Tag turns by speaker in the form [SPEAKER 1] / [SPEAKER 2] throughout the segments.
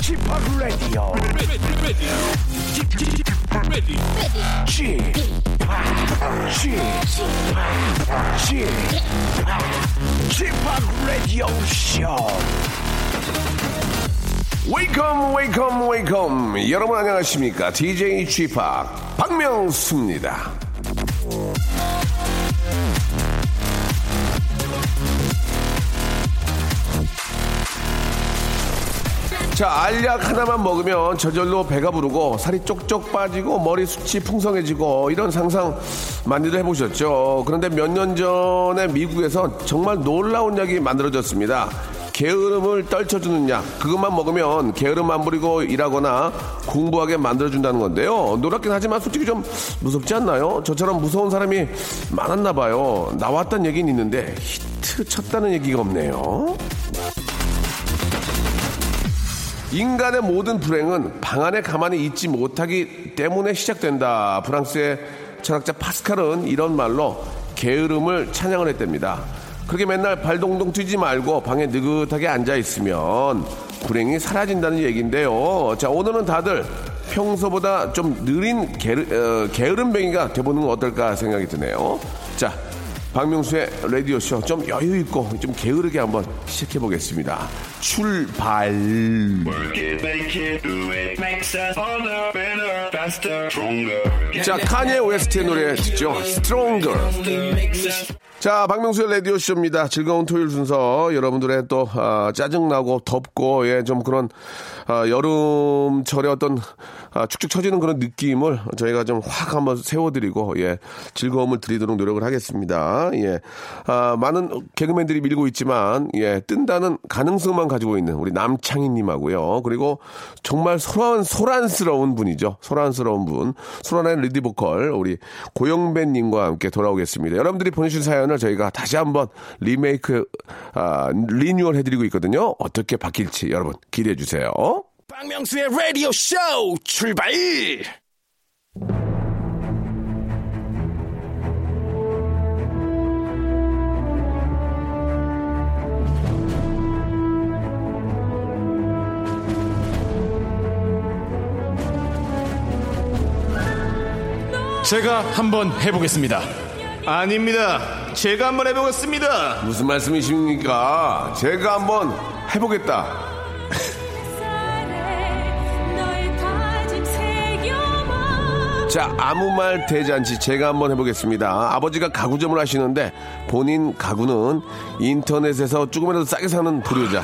[SPEAKER 1] 지파 라디오
[SPEAKER 2] ready, ready, ready,
[SPEAKER 1] 지파 지파 지파 지파 라디오 쇼
[SPEAKER 3] 웨이컴 웨이컴 웨이컴 여러분 안녕하십니까 DJ 쥐팍 박명수입니다 자 알약 하나만 먹으면 저절로 배가 부르고 살이 쪽쪽 빠지고 머리 숱이 풍성해지고 이런 상상 많이들 해보셨죠 그런데 몇 년 전에 미국에서 정말 놀라운 약이 만들어졌습니다 게으름을 떨쳐주는 약 그것만 먹으면 게으름 안 부리고 일하거나 공부하게 만들어준다는 건데요 놀랍긴 하지만 솔직히 좀 무섭지 않나요 저처럼 무서운 사람이 많았나 봐요 나왔단 얘기는 있는데 히트 쳤다는 얘기가 없네요 인간의 모든 불행은 방 안에 가만히 있지 못하기 때문에 시작된다. 프랑스의 철학자 파스칼은 이런 말로 게으름을 찬양을 했답니다. 그렇게 맨날 발동동 뛰지 말고 방에 느긋하게 앉아 있으면 불행이 사라진다는 얘기인데요. 자, 오늘은 다들 평소보다 좀 느린 게으, 게으름뱅이가 돼보는 건 어떨까 생각이 드네요. 자, 박명수의 라디오쇼 좀 여유 있고 좀 게으르게 한번 시작해 보겠습니다. 출발.
[SPEAKER 4] Work it, make it, do it. Makes us harder, better, faster, stronger.
[SPEAKER 3] 자, 카니에 OST의 노래 듣죠. Stronger. 자, 박명수의 라디오쇼입니다. 즐거운 토요일 순서. 여러분들의 또, 아, 짜증나고 덥고, 예, 좀 그런, 아, 여름철에 어떤, 아, 축축 처지는 그런 느낌을 저희가 좀 확 한번 세워드리고, 예, 즐거움을 드리도록 노력을 하겠습니다. 예. 아, 많은 개그맨들이 밀고 있지만, 예, 뜬다는 가능성만 가지고 있는 우리 남창희님하고요. 그리고 정말 소란, 소란스러운 분이죠. 소란스러운 분. 소란의 리드보컬, 우리 고영배님과 함께 돌아오겠습니다. 여러분들이 보내주신 사연을 저희가 다시 한번 리메이크, 아, 리뉴얼 해드리고 있거든요. 어떻게 바뀔지 여러분 기대해주세요.
[SPEAKER 1] 박명수의 라디오 쇼 출발
[SPEAKER 5] 제가 한번 해보겠습니다. 아닙니다. 제가 한번 해보겠습니다.
[SPEAKER 3] 무슨 말씀이십니까? 제가 한번 해보겠다. 자, 아무 말 대잔치 제가 한번 해보겠습니다. 아버지가 가구점을 하시는데 본인 가구는 인터넷에서 조금이라도 싸게 사는 불효자.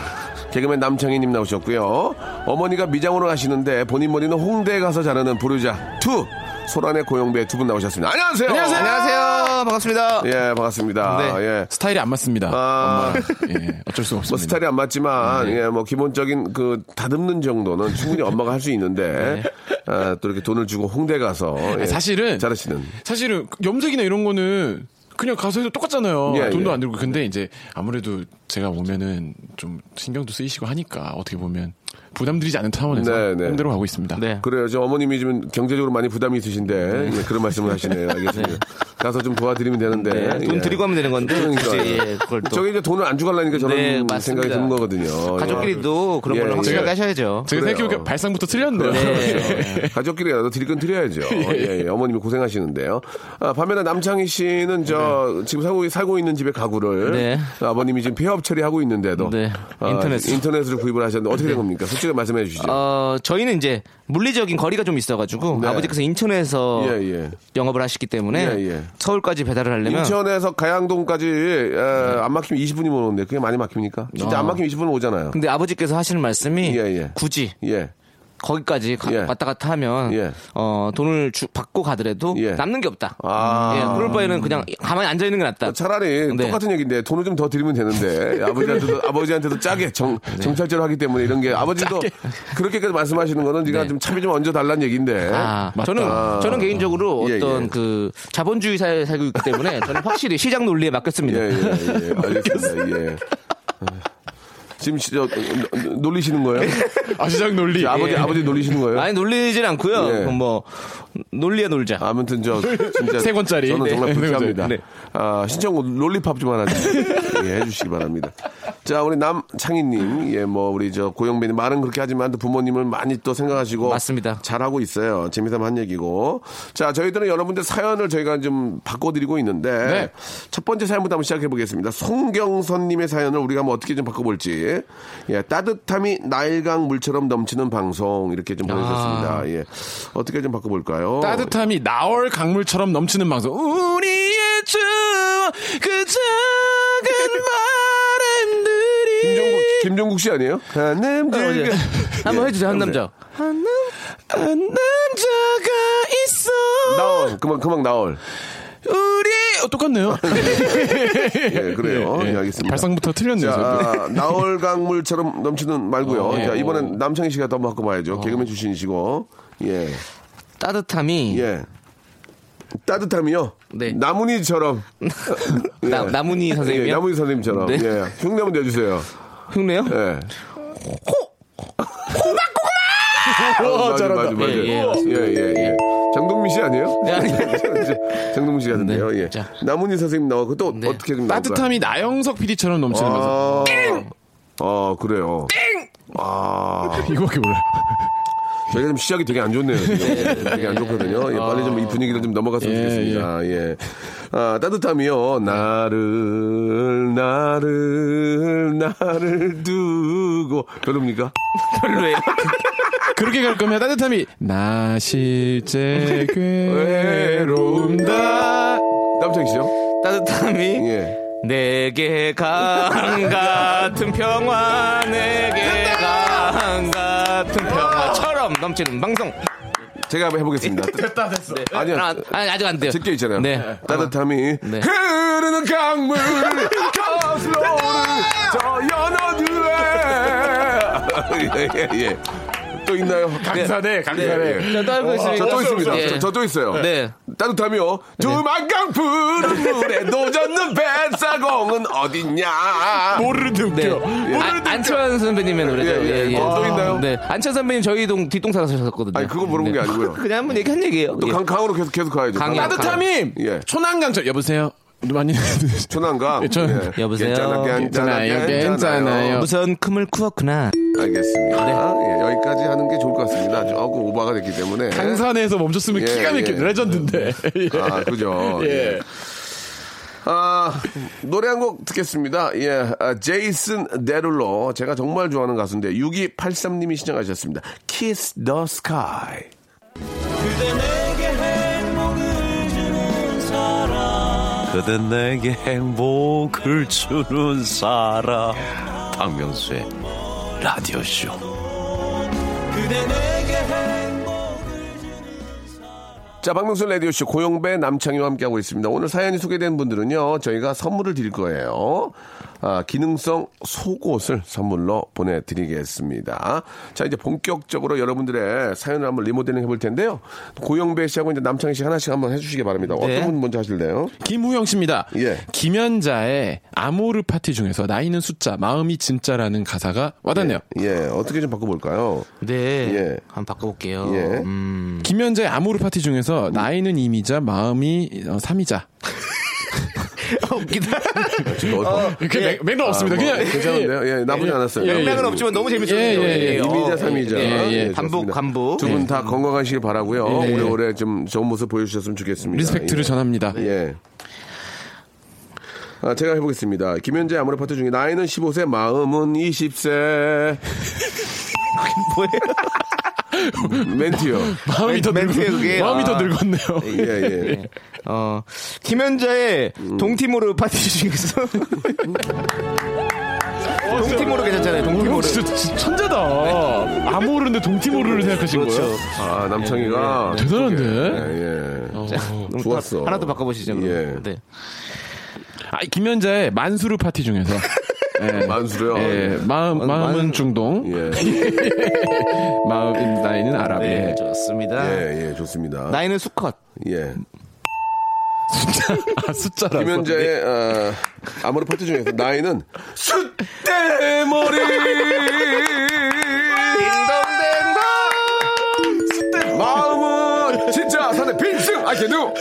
[SPEAKER 3] 개그맨 남창희님 나오셨고요. 어머니가 미장으로 하시는데 본인 머리는 홍대에 가서 자르는 불효자 투 소란의 고영배 두 분 나오셨습니다. 안녕하세요.
[SPEAKER 5] 안녕하세요. 반갑습니다.
[SPEAKER 3] 예, 반갑습니다.
[SPEAKER 5] 네.
[SPEAKER 3] 예.
[SPEAKER 5] 스타일이 안 맞습니다.
[SPEAKER 3] 아.
[SPEAKER 5] 엄마랑. 예, 어쩔 수 없습니다.
[SPEAKER 3] 뭐 스타일이 안 맞지만
[SPEAKER 5] 네.
[SPEAKER 3] 예 뭐 기본적인 그 다듬는 정도는 충분히 엄마가 할 수 있는데 아, 또 이렇게 돈을 주고 홍대 가서 예,
[SPEAKER 5] 사실은
[SPEAKER 3] 잘하시는
[SPEAKER 5] 사실은 염색이나 이런 거는 그냥 가서 해도 똑같잖아요.
[SPEAKER 3] 예,
[SPEAKER 5] 돈도
[SPEAKER 3] 예.
[SPEAKER 5] 안 들고 근데 이제 아무래도 제가 보면은 좀 신경도 쓰이시고 하니까 어떻게 보면 부담드리지 않은 차원에서
[SPEAKER 3] 네, 네.
[SPEAKER 5] 힘들어 가고 있습니다. 네.
[SPEAKER 3] 그래요. 저 어머님이 좀 경제적으로 많이 부담이
[SPEAKER 6] 네.
[SPEAKER 3] 있으신데 예, 그런 말씀을 하시네요. 알겠습니다. 가서 좀 도와드리면 되는데
[SPEAKER 6] 네, 돈
[SPEAKER 3] 예.
[SPEAKER 6] 드리고 하면 되는 건데.
[SPEAKER 3] 그러니까요.
[SPEAKER 6] 굳이, 예, 그걸 또.
[SPEAKER 3] 저기 이제 돈을 안 주갈라니까 저런
[SPEAKER 6] 네, 맞습니다.
[SPEAKER 3] 생각이 드는 거거든요.
[SPEAKER 6] 가족끼리도 그런
[SPEAKER 3] 예,
[SPEAKER 6] 걸로
[SPEAKER 3] 예.
[SPEAKER 6] 확실하게 하셔야죠.
[SPEAKER 5] 제가
[SPEAKER 3] 그래요.
[SPEAKER 5] 생각해보니까 발상부터 틀렸네요.
[SPEAKER 3] 예. 가족끼리라도 드릴 건 드려야죠. 예, 예. 어머님이 고생하시는데요. 아, 반면에 남창희 씨는 저 지금 살고, 살고 있는 집에 가구를
[SPEAKER 6] 네.
[SPEAKER 3] 아버님이 지금 폐업 처리하고 있는데도
[SPEAKER 6] 네.
[SPEAKER 3] 아,
[SPEAKER 6] 인터넷으로.
[SPEAKER 3] 인터넷으로 구입을 하셨는데 어떻게 된 겁니까? 솔직히 말씀해 주시죠.
[SPEAKER 6] 어, 저희는 이제 물리적인 거리가 좀 있어가지고
[SPEAKER 3] 네.
[SPEAKER 6] 아버지께서 인천에서
[SPEAKER 3] 예, 예.
[SPEAKER 6] 영업을 하시기 때문에
[SPEAKER 3] 예, 예.
[SPEAKER 6] 서울까지 배달을 하려면
[SPEAKER 3] 인천에서 가양동까지
[SPEAKER 6] 네.
[SPEAKER 3] 에, 안 막히면 20분이면 오는데 그게 많이 막힙니까? 진짜 안 막히면 20분 오잖아요.
[SPEAKER 6] 근데 아버지께서 하시는 말씀이
[SPEAKER 3] 예, 예.
[SPEAKER 6] 굳이
[SPEAKER 3] 예.
[SPEAKER 6] 거기까지 가-
[SPEAKER 3] 예.
[SPEAKER 6] 왔다 갔다 하면
[SPEAKER 3] 예.
[SPEAKER 6] 어, 돈을 주- 받고 가더라도
[SPEAKER 3] 예.
[SPEAKER 6] 남는 게 없다.
[SPEAKER 3] 아. 어,
[SPEAKER 6] 예, 그럴 바에는 그냥 가만히 앉아 있는 게 낫다.
[SPEAKER 3] 차라리
[SPEAKER 6] 네.
[SPEAKER 3] 똑같은 얘기인데 돈을 좀 더 드리면 되는데 아버지한테도 아버지한테도 짜게 정
[SPEAKER 6] 네.
[SPEAKER 3] 정찰제로 하기 때문에 이런 게 아버지도 그렇게까지 말씀하시는 거는 네가
[SPEAKER 6] 네.
[SPEAKER 3] 좀 차비 좀 얹어 달라는 얘기인데
[SPEAKER 6] 아, 저는 저는 개인적으로
[SPEAKER 3] 예,
[SPEAKER 6] 어떤
[SPEAKER 3] 예.
[SPEAKER 6] 그 자본주의 사회에 살고 있기 때문에 저는 확실히 시장
[SPEAKER 3] 예,
[SPEAKER 6] 논리에 맡겼습니다.
[SPEAKER 3] 예예예 알겠습니다 예. 지금 예. 시- 저, 놀리시는 거예요?
[SPEAKER 6] 네.
[SPEAKER 5] 아시장 논리.
[SPEAKER 3] 아버지,
[SPEAKER 5] 예.
[SPEAKER 3] 아버지 놀리시는 거예요?
[SPEAKER 6] 많이 놀리진 않고요.
[SPEAKER 3] 예.
[SPEAKER 6] 그럼 뭐 놀리야 놀자.
[SPEAKER 3] 아무튼 뭐. 저 진짜
[SPEAKER 5] 네. 세 권짜리.
[SPEAKER 3] 저는
[SPEAKER 5] 네.
[SPEAKER 3] 정말 불쾌합니다.
[SPEAKER 6] 네.
[SPEAKER 3] 아, 신청곡 롤리팝 좀 하나 좀 예, 해주시기 바랍니다. 자 우리 남창희님, 예 뭐 우리 저 고영빈님 말은 그렇게 하지만 또 부모님을 많이 또 생각하시고
[SPEAKER 6] 맞습니다.
[SPEAKER 3] 잘하고 있어요. 재미삼아 한 얘기고 자 저희들은 여러분들 사연을 저희가 좀 바꿔드리고 있는데
[SPEAKER 5] 네.
[SPEAKER 3] 첫 번째 사연부터 한번 시작해 보겠습니다. 송경선님의 사연을 우리가 한번 어떻게 좀 바꿔볼지 예 따뜻함이 나일강 물처럼 넘치는 방송 이렇게 좀 보내주셨습니다. 예 어떻게 좀 바꿔볼까요?
[SPEAKER 5] 아. 따뜻함이 나얼 강물처럼 넘치는 방송. 우리의 추억 그 작은 바람들이.
[SPEAKER 3] 김종국, 김종국 씨 아니에요? 한남
[SPEAKER 6] 어, 예.
[SPEAKER 3] 즐겨.
[SPEAKER 6] 한번
[SPEAKER 3] 예,
[SPEAKER 6] 해주세요 한
[SPEAKER 3] 여보세요.
[SPEAKER 6] 남자.
[SPEAKER 5] 한 남자가 있어.
[SPEAKER 3] 나올 그만 그만 나올
[SPEAKER 5] 우리 어, 똑같네요.
[SPEAKER 3] 예 그래요 예, 알겠습니다
[SPEAKER 5] 발상부터 틀렸네요. 저도.
[SPEAKER 3] 자 아, 나올 강물처럼 넘치는 말고요
[SPEAKER 5] 어, 예.
[SPEAKER 3] 자 이번엔 남창희 씨가 또 한번 갖고 봐야죠 개그맨 출신이시고 예예 예.
[SPEAKER 6] 따뜻함이
[SPEAKER 3] 따뜻함이요
[SPEAKER 6] 네.
[SPEAKER 3] 나문이처럼
[SPEAKER 6] 나, 나문희
[SPEAKER 3] 예,
[SPEAKER 6] 선생님이요.
[SPEAKER 3] 나문이 선생님처럼
[SPEAKER 6] 네.
[SPEAKER 3] 예 흉내 한번 내주세요
[SPEAKER 6] 흉내요?
[SPEAKER 3] 예 호박 고구마 어, 맞아 맞아 맞아
[SPEAKER 6] 예, 예,
[SPEAKER 3] 예예예 장동민 씨 아니에요?
[SPEAKER 6] 네, 아니,
[SPEAKER 3] 장동민 씨 같은데요.
[SPEAKER 6] 네,
[SPEAKER 3] 예.
[SPEAKER 6] 자.
[SPEAKER 3] 나문희 선생님 나왔고 또 어떻게 좀 나올까요?
[SPEAKER 5] 따뜻함이 나영석 PD처럼 넘치는 방송.
[SPEAKER 3] 음, 아, 아, 그래요. 아,
[SPEAKER 5] 이거밖에 몰라.
[SPEAKER 3] 저희가 좀 시작이 되게 안 좋네요. 지금. 되게 안 좋거든요. 예, 빨리 좀 이 분위기를 좀 넘어갔으면
[SPEAKER 5] 예,
[SPEAKER 3] 좋겠습니다. 예. 아, 따뜻함이요. 나를, 나를, 나를 두고. 별로입니까?
[SPEAKER 6] 별로예요.
[SPEAKER 5] 그렇게 갈 거면 따뜻함이 나 실제
[SPEAKER 3] 아.
[SPEAKER 5] 괴로운다.
[SPEAKER 3] 땀창이 씨요?
[SPEAKER 6] 따뜻함이
[SPEAKER 3] 예.
[SPEAKER 6] 내게 강 같은 평화 내게 강 같은 평화처럼 넘치는 방송.
[SPEAKER 3] 제가 한번 해보겠습니다.
[SPEAKER 5] 예,
[SPEAKER 3] 네.
[SPEAKER 5] 됐다 됐어. 네.
[SPEAKER 3] 아니요.
[SPEAKER 6] 아, 아니, 아직 안 돼요.
[SPEAKER 3] 제게 있잖아요.
[SPEAKER 6] 네.
[SPEAKER 3] 따뜻함이 흐르는 강물 거슬러 오는 저 연어들에 예, 예, 예. 또 있나요?
[SPEAKER 5] 강사네 강사네.
[SPEAKER 3] 예.
[SPEAKER 6] 자, 또 알고 있으니까.
[SPEAKER 3] 저또 있습니다.
[SPEAKER 6] 예.
[SPEAKER 3] 저, 저또 있어요.
[SPEAKER 6] 네.
[SPEAKER 3] 따뜻함이요. 두만강 푸른 물에 노젓는 뱃사공은 어딨냐?
[SPEAKER 5] 모르는 데
[SPEAKER 6] 네.
[SPEAKER 5] 웃겨.
[SPEAKER 6] 안, 안철 선배님의 노래죠.
[SPEAKER 3] 예, 예. 어, 또 있나요?
[SPEAKER 6] 네. 안철 선배님 저희 동 뒷동산 사셨거든요. 네.
[SPEAKER 3] 아니 그거 물어본 게 아니고요.
[SPEAKER 6] 그냥 한번 얘기한 얘기예요.
[SPEAKER 3] 또
[SPEAKER 6] 예.
[SPEAKER 3] 강, 강으로 계속 계속 가야죠.
[SPEAKER 6] 강이요.
[SPEAKER 3] 강.
[SPEAKER 5] 따뜻함이
[SPEAKER 3] 예.
[SPEAKER 5] 초난강처럼 여보세요. 많이
[SPEAKER 3] 초난강.
[SPEAKER 5] 예, 전-
[SPEAKER 3] 예.
[SPEAKER 6] 여보세요?
[SPEAKER 3] 괜찮아, 괜찮아,
[SPEAKER 5] 괜찮아요,
[SPEAKER 3] 괜찮아요.
[SPEAKER 5] 괜찮아요.
[SPEAKER 6] 우선 금을 어, 쿠었구나.
[SPEAKER 3] 알겠습니다.
[SPEAKER 6] 네.
[SPEAKER 3] 예, 여기까지 하는 게 좋을 것 같습니다. 조금 오바가 됐기 때문에.
[SPEAKER 5] 강산에서 멈췄으면
[SPEAKER 3] 예,
[SPEAKER 5] 기가 막힌
[SPEAKER 3] 예.
[SPEAKER 5] 레전드인데. 예.
[SPEAKER 3] 아, 그죠.
[SPEAKER 5] 예.
[SPEAKER 3] 예. 아, 노래 한 곡 듣겠습니다. 예, 아, 제이슨 데룰로 제가 정말 좋아하는 가수인데 6283님이 신청하셨습니다. Kiss the Sky.
[SPEAKER 7] 그대 내게 행복을 주는 사람 박명수의 라디오쇼
[SPEAKER 3] 자, 박명수 라디오 쇼 고용배 남창희와 함께하고 있습니다. 오늘 사연이 소개된 분들은요, 저희가 선물을 드릴 거예요. 아, 기능성 속옷을 선물로 보내드리겠습니다. 자, 이제 본격적으로 여러분들의 사연을 한번 리모델링 해볼 텐데요. 고용배 씨하고 이제 남창희 씨 하나씩 한번 해주시기 바랍니다.
[SPEAKER 6] 네.
[SPEAKER 3] 어떤 분 먼저 하실래요?
[SPEAKER 5] 김우영 씨입니다.
[SPEAKER 3] 예.
[SPEAKER 5] 김연자의 아모르 파티 중에서 나이는 숫자, 마음이 진짜라는 가사가 와닿네요.
[SPEAKER 3] 예, 어떻게 좀 바꿔볼까요?
[SPEAKER 6] 네.
[SPEAKER 3] 예.
[SPEAKER 6] 한번 바꿔볼게요.
[SPEAKER 3] 예.
[SPEAKER 6] 음.
[SPEAKER 5] 김연자의 아모르 파티
[SPEAKER 3] 음.
[SPEAKER 5] 중에서 나이는 2미자, 마음이 어, 3이자.
[SPEAKER 6] 웃기다.
[SPEAKER 3] 지금 어디서?
[SPEAKER 5] 그 맥- 맥락 없습니다.
[SPEAKER 3] 예. 뭐,
[SPEAKER 5] 그냥
[SPEAKER 3] 괜찮은데요? 예, 나쁘지 않았어요.
[SPEAKER 5] 예, 예.
[SPEAKER 6] 맥락은 없지만 너무 재밌었어요.
[SPEAKER 5] 예, 예, 예.
[SPEAKER 6] 어,
[SPEAKER 3] 이미자 삼이자.
[SPEAKER 6] 예, 예.
[SPEAKER 3] 예,
[SPEAKER 6] 반복,
[SPEAKER 3] 좋습니다.
[SPEAKER 6] 반복. 예.
[SPEAKER 3] 두 분 다 건강하시길 바라고요.
[SPEAKER 5] 예.
[SPEAKER 3] 오래오래 좀 좋은 모습 보여주셨으면 좋겠습니다.
[SPEAKER 5] 리스펙트를
[SPEAKER 3] 예.
[SPEAKER 5] 전합니다.
[SPEAKER 3] 예. 아, 제가 해보겠습니다. 김현재 아모르 파트 중에 나이는 15세, 마음은 20세. 뭐예요? 멘트요.
[SPEAKER 5] 마음이 더
[SPEAKER 6] 멘트에
[SPEAKER 5] 늙었-
[SPEAKER 6] 그게-
[SPEAKER 5] 마음이 더
[SPEAKER 6] 아.
[SPEAKER 5] 늙었네요.
[SPEAKER 3] 예, 예.
[SPEAKER 6] 어, 김현자의
[SPEAKER 3] 음.
[SPEAKER 6] 동티모르 파티 중에서. 동티모르 괜찮잖아요,
[SPEAKER 5] 형
[SPEAKER 6] 동티모르.
[SPEAKER 5] 어, 진짜, 진짜 천재다. 아모르인데 동티모르를 생각하신 거예요?
[SPEAKER 3] 아, 남창희가. 예,
[SPEAKER 5] 대단한데.
[SPEAKER 3] 예.
[SPEAKER 6] 너무
[SPEAKER 3] 좋았어.
[SPEAKER 6] 하나 더 바꿔보시죠. 그럼.
[SPEAKER 3] 예.
[SPEAKER 6] 네.
[SPEAKER 5] 아, 김연자의 만수르 파티 중에서.
[SPEAKER 3] 어,
[SPEAKER 5] 예.
[SPEAKER 3] 만수로요.
[SPEAKER 5] 예, 마음, 마음은 중동,
[SPEAKER 3] 어, 예.
[SPEAKER 5] 마음, 나이는 아랍.
[SPEAKER 6] 네,
[SPEAKER 5] 예.
[SPEAKER 6] 좋습니다.
[SPEAKER 3] 예, 예, 좋습니다.
[SPEAKER 6] 나이는 수컷.
[SPEAKER 3] 예.
[SPEAKER 5] 아, 숫자라고. 네.
[SPEAKER 3] 김현재의 어, 아모르 파트 중에서 나이는 숫대머리 아, 걔도!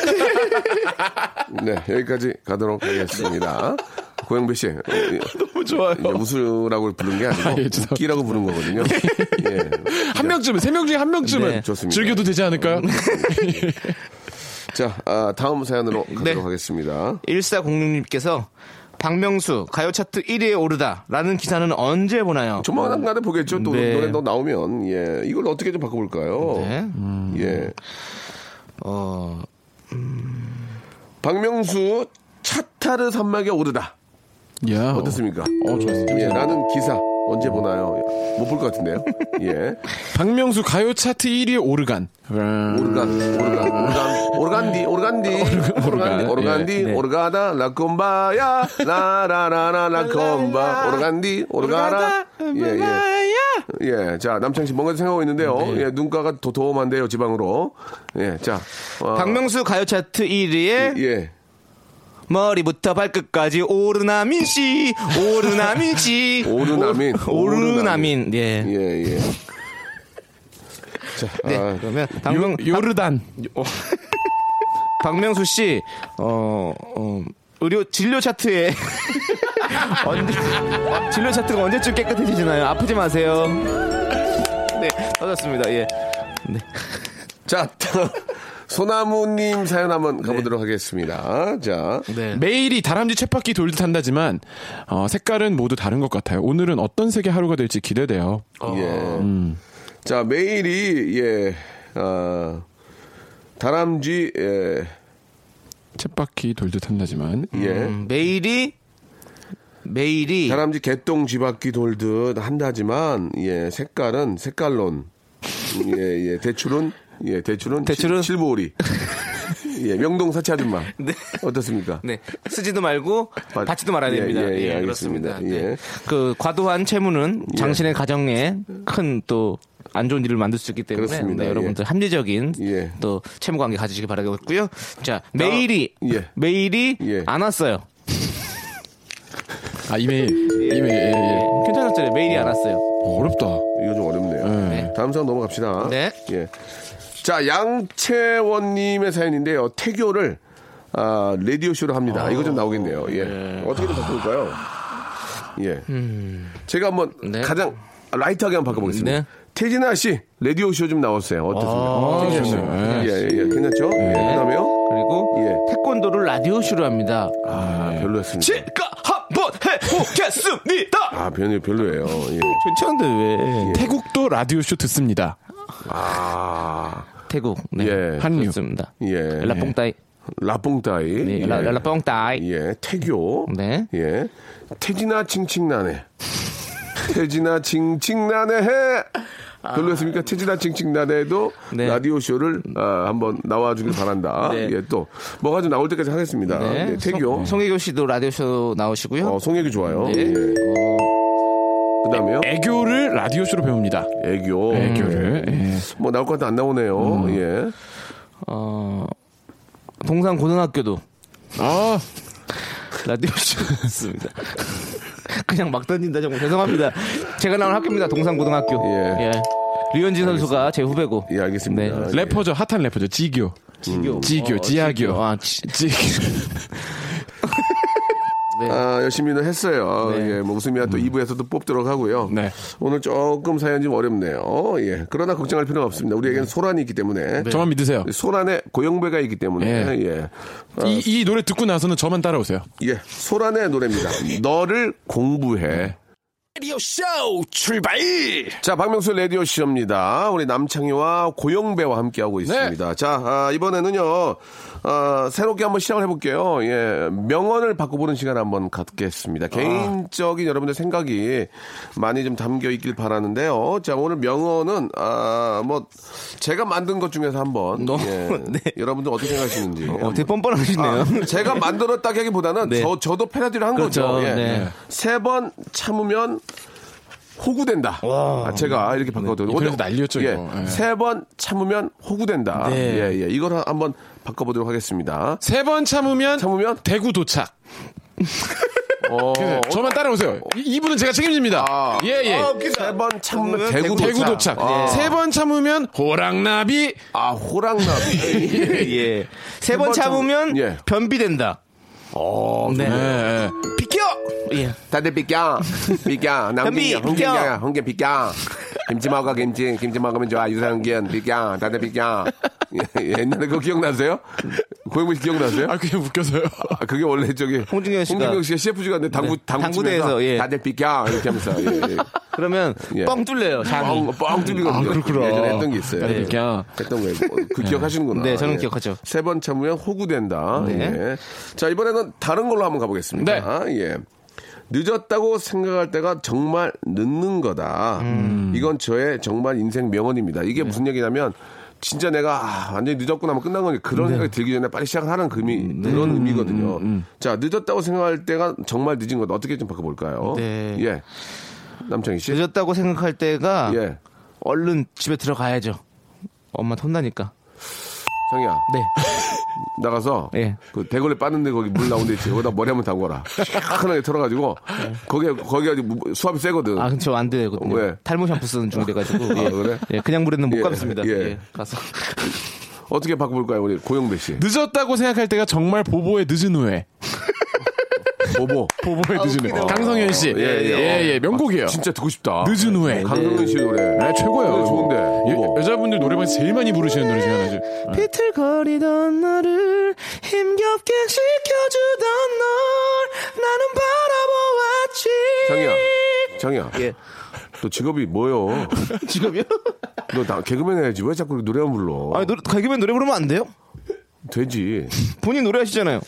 [SPEAKER 3] 네, 여기까지 가도록 하겠습니다. 고영배 씨.
[SPEAKER 5] 너무 좋아요.
[SPEAKER 3] 이제 웃으라고 부른 게 아니고
[SPEAKER 5] 예, 죄송합니다. 네.
[SPEAKER 3] 웃기라고 부른 거거든요. 예.
[SPEAKER 5] 한 명쯤은 세 명 중에 한 명쯤은
[SPEAKER 6] 네,
[SPEAKER 3] 좋습니다. 음.
[SPEAKER 5] 즐겨도 되지 않을까요?
[SPEAKER 3] 자, 아, 다음 사연으로 가도록
[SPEAKER 6] 네.
[SPEAKER 3] 하겠습니다.
[SPEAKER 6] 1406님께서 박명수 가요 차트 1위에 오르다라는 기사는 언제 보나요?
[SPEAKER 3] 조만간에 보겠죠. 또
[SPEAKER 6] 네.
[SPEAKER 3] 노래 너 나오면 예 이걸 어떻게 좀 바꿔볼까요?
[SPEAKER 6] 네.
[SPEAKER 3] 예,
[SPEAKER 6] 어,
[SPEAKER 3] 박명수 차타르 산막에 오르다
[SPEAKER 5] 야,
[SPEAKER 3] 어떻습니까?
[SPEAKER 5] 어, 좋았어요.
[SPEAKER 3] 예, 나는 기사 언제 보나요? 못 볼 것 같은데요. 예,
[SPEAKER 5] 박명수 가요 차트 1위 오르간.
[SPEAKER 3] 오르간, 오르간, 오르간, 오르간디, 음. 오르간디, 예, 네. 오르간디,
[SPEAKER 5] 오르간.
[SPEAKER 3] 오르간디, 오르가다 라콤바야, 라라라라 라콤바, 오르간디, 오르가라, 예, 예. 예, 자 남창 씨 뭔가 생각하고 있는데요. 예, 눈가가 더 도움한데요, 지방으로. 예, 자, 어,
[SPEAKER 6] 박명수 가요 차트 1위에
[SPEAKER 3] 예,
[SPEAKER 6] 머리부터 발끝까지 오르나민 씨, 오르나민 씨,
[SPEAKER 3] 오르나민,
[SPEAKER 6] 오르나민. 예.
[SPEAKER 3] 예, 예. 자, 아,
[SPEAKER 6] 네. 그러면 박명,
[SPEAKER 5] 요르단.
[SPEAKER 6] 박명수 씨, 어, 어, 의료 진료 차트에 언제 진료 차트가 언제쯤 깨끗해지시나요? 아프지 마세요. 네, 터졌습니다. 예.
[SPEAKER 3] 자, 소나무님 사연 한번 가보도록 하겠습니다. 자,
[SPEAKER 6] 네.
[SPEAKER 5] 매일이 다람쥐 쳇바퀴 돌듯 한다지만 어, 색깔은 모두 다른 것 같아요. 오늘은 어떤 색의 하루가 될지 기대돼요.
[SPEAKER 6] 어.
[SPEAKER 3] 예, 자 메일이 예, 아, 다람쥐 예,
[SPEAKER 5] 쳇바퀴 돌듯 한다지만
[SPEAKER 3] 예.
[SPEAKER 6] 음, 매일이 매일이
[SPEAKER 3] 다람쥐 개똥 쥐바퀴 돌듯 한다지만 예 색깔은 색깔론 예예 대출은 예 대출은
[SPEAKER 6] 대출은?
[SPEAKER 3] 칠- 칠보오리 예 명동 사치 아줌마
[SPEAKER 6] 네.
[SPEAKER 3] 어떻습니까?
[SPEAKER 6] 네 쓰지도 말고
[SPEAKER 3] 받-
[SPEAKER 6] 받지도 말아야
[SPEAKER 3] 예,
[SPEAKER 6] 됩니다.
[SPEAKER 3] 예,
[SPEAKER 6] 예,
[SPEAKER 3] 예, 알겠습니다.
[SPEAKER 6] 그렇습니다. 네.
[SPEAKER 3] 예.
[SPEAKER 6] 그 과도한 채무는 당신의 가정에 큰 또 안 좋은 일을 만들 수 있기 때문에
[SPEAKER 3] 그렇습니다.
[SPEAKER 6] 네, 여러분들 합리적인
[SPEAKER 3] 예.
[SPEAKER 6] 또 채무 관계 가지시기 바라겠고요. 자 메일이
[SPEAKER 3] 예.
[SPEAKER 6] 메일이
[SPEAKER 3] 예.
[SPEAKER 6] 안 왔어요.
[SPEAKER 5] 아 이메일 이메일 예, 예.
[SPEAKER 6] 괜찮았잖아요. 메일이 안 왔어요.
[SPEAKER 5] 어, 어렵다.
[SPEAKER 3] 이거 좀 어렵네요.
[SPEAKER 5] 네.
[SPEAKER 3] 다음 사연 넘어갑시다.
[SPEAKER 6] 네.
[SPEAKER 3] 예. 자 양채원님의 사연인데요. 태교를 아 라디오 쇼로 합니다. 이거 좀 나오겠네요. 예. 어떻게 좀 바꿔볼까요? 예. 제가 한번
[SPEAKER 6] 네.
[SPEAKER 3] 가장 라이트하게 한번 바꿔보겠습니다.
[SPEAKER 6] 네.
[SPEAKER 3] 태진아 씨 라디오 쇼 좀 나왔어요. 어떻습니까?
[SPEAKER 5] 아,
[SPEAKER 3] 태진아 씨.
[SPEAKER 5] 좋네요.
[SPEAKER 3] 예, 예, 예. 괜찮죠? 예. 그다음에요.
[SPEAKER 6] 그리고
[SPEAKER 3] 예.
[SPEAKER 6] 태권도를 라디오 쇼로 합니다.
[SPEAKER 3] 아, 별로였습니다.
[SPEAKER 6] 제가 한번 해보겠습니다.
[SPEAKER 3] 아, 별로 별로예요. 예.
[SPEAKER 6] 괜찮은데 왜?
[SPEAKER 5] 태국도 라디오 쇼 듣습니다.
[SPEAKER 3] 아,
[SPEAKER 6] 태국. 네.
[SPEAKER 3] 예.
[SPEAKER 5] 한류.
[SPEAKER 6] 좋습니다.
[SPEAKER 3] 예.
[SPEAKER 6] 라뽕따이.
[SPEAKER 3] 라뽕따이.
[SPEAKER 6] 네.
[SPEAKER 3] 예.
[SPEAKER 6] 라- 라뽕따이.
[SPEAKER 3] 예, 태교.
[SPEAKER 6] 네.
[SPEAKER 3] 예. 태진아 칭칭나네. 태진아 칭칭나네 해. 별로였습니까? 태진아 칭칭나네도
[SPEAKER 6] 네.
[SPEAKER 3] 라디오 쇼를 아, 한번 나와주길 바란다.
[SPEAKER 6] 네.
[SPEAKER 3] 예, 또 뭐가 좀 나올 때까지 하겠습니다. 예, 태교.
[SPEAKER 6] 송- 송혜교 씨도 라디오 쇼 나오시고요.
[SPEAKER 3] 어, 송혜교 좋아요.
[SPEAKER 6] 네.
[SPEAKER 3] 예. 그다음에요.
[SPEAKER 5] 애교를 라디오 쇼로 배웁니다.
[SPEAKER 3] 애교.
[SPEAKER 5] 애교를 예.
[SPEAKER 3] 뭐 나올 것 같아 안 나오네요. 예.
[SPEAKER 6] 어, 동산 고등학교도
[SPEAKER 5] 아
[SPEAKER 6] 라디오 쇼였습니다. 그냥 막 던진다 정말 죄송합니다. 제가 나온 학교입니다. 동산 고등학교.
[SPEAKER 3] 예.
[SPEAKER 6] 류현진 선수가 제 후배고.
[SPEAKER 3] 예, 알겠습니다.
[SPEAKER 6] 네.
[SPEAKER 5] 래퍼죠 핫한 래퍼죠 지교
[SPEAKER 6] 지교.
[SPEAKER 5] 지교
[SPEAKER 6] 어,
[SPEAKER 5] 지하교
[SPEAKER 6] 아, 지-
[SPEAKER 5] 지
[SPEAKER 3] 아, 열심히는 했어요.
[SPEAKER 6] 네.
[SPEAKER 3] 예, 뭐 웃음이야 또 2부에서도 뽑도록 하고요.
[SPEAKER 5] 네.
[SPEAKER 3] 오늘 조금 사연 좀 어렵네요. 예. 그러나 걱정할 필요는 없습니다. 우리에게는 소란이 있기 때문에.
[SPEAKER 5] 저만 믿으세요.
[SPEAKER 3] 네, 소란에 고영배가 있기 때문에.
[SPEAKER 5] 예.
[SPEAKER 3] 예.
[SPEAKER 5] 이, 이 노래 듣고 나서는 저만 따라오세요.
[SPEAKER 3] 예. 소란의 노래입니다. 너를 공부해.
[SPEAKER 1] 라디오 쇼 출발!
[SPEAKER 3] 자, 박명수 라디오 시입니다 우리 남창희와 고영배와
[SPEAKER 1] 네.
[SPEAKER 3] 함께하고 있습니다. 자, 아, 이번에는요, 아, 새롭게 한번 시작을 해볼게요. 예, 명언을 바꿔보는 시간 한번
[SPEAKER 1] 아.
[SPEAKER 3] 갖겠습니다. 개인적인 여러분들 생각이 많이 좀 담겨 있길 바라는데요. 자, 오늘 명언은, 아, 뭐, 제가 만든 것 중에서 한번.
[SPEAKER 6] 너무-
[SPEAKER 3] 예,
[SPEAKER 6] 네.
[SPEAKER 3] 여러분들 어떻게 생각하시는지.
[SPEAKER 6] 어, 되게
[SPEAKER 3] 한번.
[SPEAKER 6] 뻔뻔하시네요.
[SPEAKER 3] 음. 아, 제가 만들었다기보다는
[SPEAKER 6] 네.
[SPEAKER 3] 저, 저도 패러디를 한
[SPEAKER 6] 그렇죠.
[SPEAKER 3] 거죠. 예.
[SPEAKER 6] 네.
[SPEAKER 3] 세 번 참으면 호구된다. 아, 제가 이렇게 바꿔도
[SPEAKER 5] 이번에도 난리였죠,
[SPEAKER 3] 예.
[SPEAKER 5] 이거. 예.
[SPEAKER 3] 세 번 참으면 호구된다.
[SPEAKER 6] 네.
[SPEAKER 3] 예, 예. 이걸 한- 한번 바꿔보도록 하겠습니다.
[SPEAKER 5] 세 번 참으면
[SPEAKER 3] 참으면
[SPEAKER 5] 대구 도착.
[SPEAKER 3] 어.
[SPEAKER 5] 그래서 네, 저만 따라오세요. 이, 분은 제가 책임집니다.
[SPEAKER 3] 아.
[SPEAKER 5] 예, 예.
[SPEAKER 3] 세번 참으면 대구,
[SPEAKER 5] 대구
[SPEAKER 3] 도착.
[SPEAKER 5] 도착.
[SPEAKER 3] 아,
[SPEAKER 5] 세 번 참으면 호랑나비.
[SPEAKER 3] 아, 호랑나비.
[SPEAKER 6] 예. 세 번
[SPEAKER 3] 번
[SPEAKER 6] 참으면
[SPEAKER 3] 참- 예.
[SPEAKER 6] 변비된다.
[SPEAKER 3] 어,
[SPEAKER 6] 네.
[SPEAKER 5] 예, 예.
[SPEAKER 6] 비켜! 예.
[SPEAKER 3] 다들 비껴. 비껴.
[SPEAKER 6] 현비,
[SPEAKER 3] 남김이야.
[SPEAKER 6] 비껴.
[SPEAKER 3] 홍김이야. 홍김 비껴. 김치 먹어, 김치. 김치 먹으면 좋아. 유산균. 비껴. 다들 비껴. 예, 옛날에 그거 기억나세요? 고영민 씨 기억나세요?
[SPEAKER 5] 아, 그냥 웃겨서요.
[SPEAKER 3] 아, 그게 원래 저기
[SPEAKER 6] 홍진경 씨가-
[SPEAKER 3] 홍진경 씨가 CFG가 데 당구
[SPEAKER 6] 네.
[SPEAKER 3] 당구
[SPEAKER 6] 당구대에서,
[SPEAKER 3] 치면서
[SPEAKER 6] 예.
[SPEAKER 3] 다들 비껴 이렇게 하면서 예, 예.
[SPEAKER 6] 그러면
[SPEAKER 3] 예.
[SPEAKER 6] 뻥 뚫려요, 장이.
[SPEAKER 3] 뻥, 뻥 뚫리거든요.
[SPEAKER 5] 아, 그렇구나.
[SPEAKER 3] 예전에 했던 게 있어요.
[SPEAKER 5] 다들 네, 비껴.
[SPEAKER 3] 했던 거예요. 어, 그 기억하시는구나.
[SPEAKER 6] 네, 저는 기억하죠.
[SPEAKER 3] 세 번 참으면 호구된다.
[SPEAKER 6] 네.
[SPEAKER 3] 예. 자, 이번에는 다른 걸로 한번 가보겠습니다.
[SPEAKER 5] 네.
[SPEAKER 3] 아, 예. 늦었다고 생각할 때가 정말 늦는 거다.
[SPEAKER 6] 음.
[SPEAKER 3] 이건 저의 정말 인생 명언입니다. 이게
[SPEAKER 6] 네.
[SPEAKER 3] 무슨 얘기냐면 진짜 내가 아, 완전히 늦었구나 하면 끝난 거니
[SPEAKER 6] 네.
[SPEAKER 3] 그런 생각이 들기 전에 빨리 시작을 하는 금이
[SPEAKER 6] 음.
[SPEAKER 3] 그런 의미거든요. 자 늦었다고 생각할 때가 정말 늦은 것 어떻게 좀 바꿔볼까요?
[SPEAKER 6] 네.
[SPEAKER 3] 예, 남창희 씨.
[SPEAKER 6] 늦었다고 생각할 때가
[SPEAKER 3] 예,
[SPEAKER 6] 얼른 집에 들어가야죠. 엄마 혼나니까.
[SPEAKER 3] 창희야.
[SPEAKER 6] 네.
[SPEAKER 3] 나가서
[SPEAKER 6] 예.
[SPEAKER 3] 그 대걸레 빠는데 거기 물 나오는데 있지. 거기다 머리 한번 담궈라. 시원하게 털어가지고 거기에 거기 아주 무- 수압이 세거든.
[SPEAKER 6] 아, 근데 저안 되거든요.
[SPEAKER 3] 왜?
[SPEAKER 6] 탈모 샴푸 쓰는 중이래가지고.
[SPEAKER 3] 아,
[SPEAKER 6] 예.
[SPEAKER 3] 그래?
[SPEAKER 6] 예, 그냥 물에는 못
[SPEAKER 3] 예,
[SPEAKER 6] 감습니다.
[SPEAKER 3] 예.
[SPEAKER 6] 예. 가서.
[SPEAKER 3] 어떻게 바꿔볼까요, 우리 고영배 씨?
[SPEAKER 5] 늦었다고 생각할 때가 정말 보보의 늦은 후에.
[SPEAKER 3] 보보.
[SPEAKER 5] 보보의 늦은 후에. 강성현 씨.
[SPEAKER 3] 예, 예.
[SPEAKER 5] 명곡이에요.
[SPEAKER 3] 진짜 듣고 싶다.
[SPEAKER 5] 늦은 후에.
[SPEAKER 3] 강동민 씨 네, 노래.
[SPEAKER 6] 네.
[SPEAKER 5] 아, 최고예요.
[SPEAKER 3] 노래
[SPEAKER 5] 이거.
[SPEAKER 3] 좋은데.
[SPEAKER 5] 여,
[SPEAKER 3] 보보.
[SPEAKER 5] 여자분들 노래방에서 제일 많이 부르시는 노래 중에 하나죠.
[SPEAKER 3] 네.
[SPEAKER 6] 비틀거리던 너를 힘겹게 지켜주던 널 나는 바라보았지.
[SPEAKER 3] 장이야, 장이야.
[SPEAKER 6] 예.
[SPEAKER 3] 너 직업이 뭐요?
[SPEAKER 6] 지금요?
[SPEAKER 3] 너 나, 개그맨 해야지. 왜 자꾸 노래만 불러?
[SPEAKER 6] 아니, 노래, 개그맨 노래 부르면 안 돼요?
[SPEAKER 3] 되지.
[SPEAKER 6] 본인 노래하시잖아요.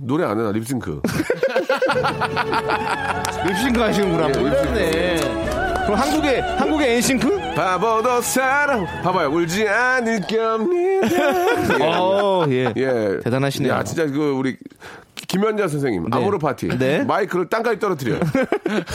[SPEAKER 3] 노래 안 해나 립싱크.
[SPEAKER 6] 립싱크 하시는구나.
[SPEAKER 3] 예,
[SPEAKER 6] 몰랐네. 그럼 한국의, 한국의 엔싱크?
[SPEAKER 3] 바보도 사랑. 봐봐요. 울지 않을 겁니다. 예.
[SPEAKER 6] 어, 예.
[SPEAKER 3] 예.
[SPEAKER 6] 대단하시네요.
[SPEAKER 3] 야, 진짜 그 우리 김현자 선생님 아모르 파티
[SPEAKER 6] 네.
[SPEAKER 3] 마이크를 땅까지 떨어뜨려요.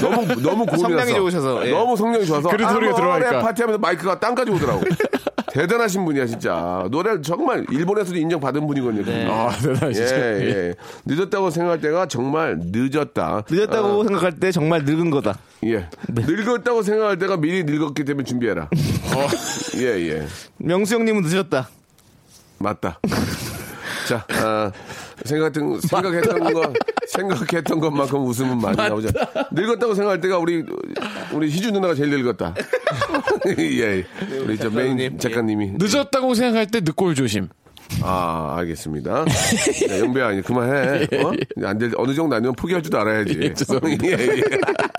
[SPEAKER 3] 너무 너무 고음이라서.
[SPEAKER 6] 성량이 좋으셔서, 예.
[SPEAKER 3] 너무 성량이 좋아서
[SPEAKER 5] 그런 소리가 들어가니까.
[SPEAKER 3] 파티하면서 마이크가 땅까지 오더라고. 대단하신 분이야 진짜 노래를 정말 일본에서도 인정받은 분이거든요.
[SPEAKER 6] 네.
[SPEAKER 3] 그분이.
[SPEAKER 5] 아,
[SPEAKER 3] 예,
[SPEAKER 5] 대단하시죠.
[SPEAKER 3] 예. 늦었다고 생각할 때가 정말 늦었다. 아.
[SPEAKER 6] 늦었다고 네. 생각할 때 정말 늙은 거다.
[SPEAKER 3] 예. 늙었다고 생각할 때가 미리 늙었기 때문에 준비해라. 예, 예.
[SPEAKER 6] 명수 형님은 늦었다.
[SPEAKER 3] 맞다. 자, 아, 생각했던, 생각했던 거, 생각했던 것만큼 웃음은 많이 나오죠. 늙었다고 생각할 때가 우리, 우리 희주 누나가 제일 늙었다.
[SPEAKER 5] 네,
[SPEAKER 3] 예, 예. 우리 저 메인 작가님이.
[SPEAKER 5] 늦었다고 생각할 때 늦골 조심.
[SPEAKER 3] 아, 알겠습니다. 야, 영배야, 이제 그만해. 어? 안 될, 어느 정도 아니면 포기할 줄도 알아야지.
[SPEAKER 5] 예, 죄송합니다.
[SPEAKER 3] 예, 예.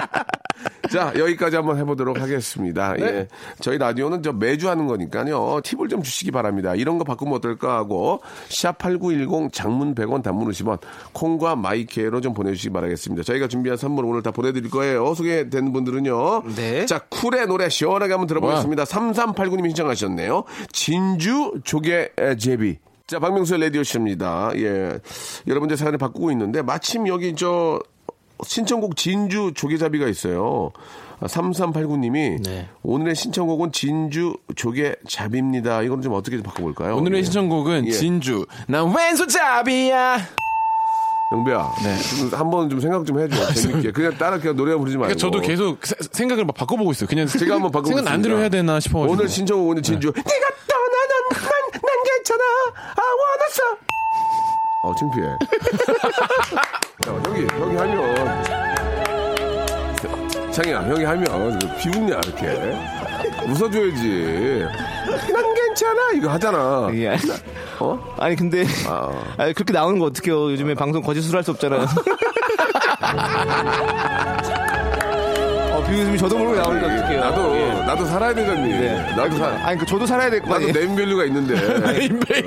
[SPEAKER 3] 자, 여기까지 한번 해보도록 하겠습니다. 예. 저희 라디오는 저 매주 하는 거니까요. 팁을 좀 주시기 바랍니다. 이런 거 바꾸면 어떨까 하고, 샵8910 장문 100원 단문 50원, 콩과 마이케로 좀 보내주시기 바라겠습니다. 저희가 준비한 선물 오늘 다 보내드릴 거예요. 소개된 분들은요.
[SPEAKER 6] 네.
[SPEAKER 3] 자, 쿨의 노래 시원하게 한번 들어보겠습니다. 3389님이 신청하셨네요. 진주 조개 에, 제비. 자, 박명수의 라디오쇼입니다. 예. 여러분들 사연을 바꾸고 있는데, 마침 여기 저, 신청곡 진주 조개잡이가 있어요. 아, 3389님이
[SPEAKER 5] 네.
[SPEAKER 3] 오늘의 신청곡은 진주 조개잡입니다. 이건 좀 어떻게 좀 바꿔볼까요?
[SPEAKER 5] 오늘의
[SPEAKER 3] 예.
[SPEAKER 5] 신청곡은
[SPEAKER 3] 예.
[SPEAKER 5] 진주. 난 왼손잡이야.
[SPEAKER 3] 영배야,
[SPEAKER 5] 네.
[SPEAKER 3] 한번 좀 생각 좀 해줘. 재밌게. 그냥 따라 그냥 노래 부르지 말고.
[SPEAKER 5] 그러니까 저도 계속 세- 생각을 막 바꿔보고 있어요. 그냥
[SPEAKER 3] 제가 한번 바꿔보겠습니다.
[SPEAKER 5] 생각 안 들어야 되나 싶어가지고.
[SPEAKER 3] 오늘 신청곡은 진주. 네가 떠나는 난, 난 괜찮아. I wanna s 어, 창피해. 아, 어, 야, 형이, 형이 하면. 창이야, 형이 하면. 비웃냐, 이렇게. 웃어줘야지. 난 괜찮아. 이거 하잖아.
[SPEAKER 6] 예.
[SPEAKER 3] 어?
[SPEAKER 6] 아니, 아. 근데.
[SPEAKER 3] 아.
[SPEAKER 6] 아니, 그렇게 나오는 거 어떡해요. 요즘에 방송 거짓으로 할 수 없잖아요. 어, 비웃음이 저도 모르게 나오니까 어떡해요.
[SPEAKER 3] 나도,
[SPEAKER 6] 예.
[SPEAKER 3] 나도 살아야 되잖니.
[SPEAKER 6] 네.
[SPEAKER 3] 나도 사,
[SPEAKER 6] 아니, 그 저도 살아야 될 거
[SPEAKER 3] 나도
[SPEAKER 6] 아니에요.
[SPEAKER 3] 네임밸류가 있는데.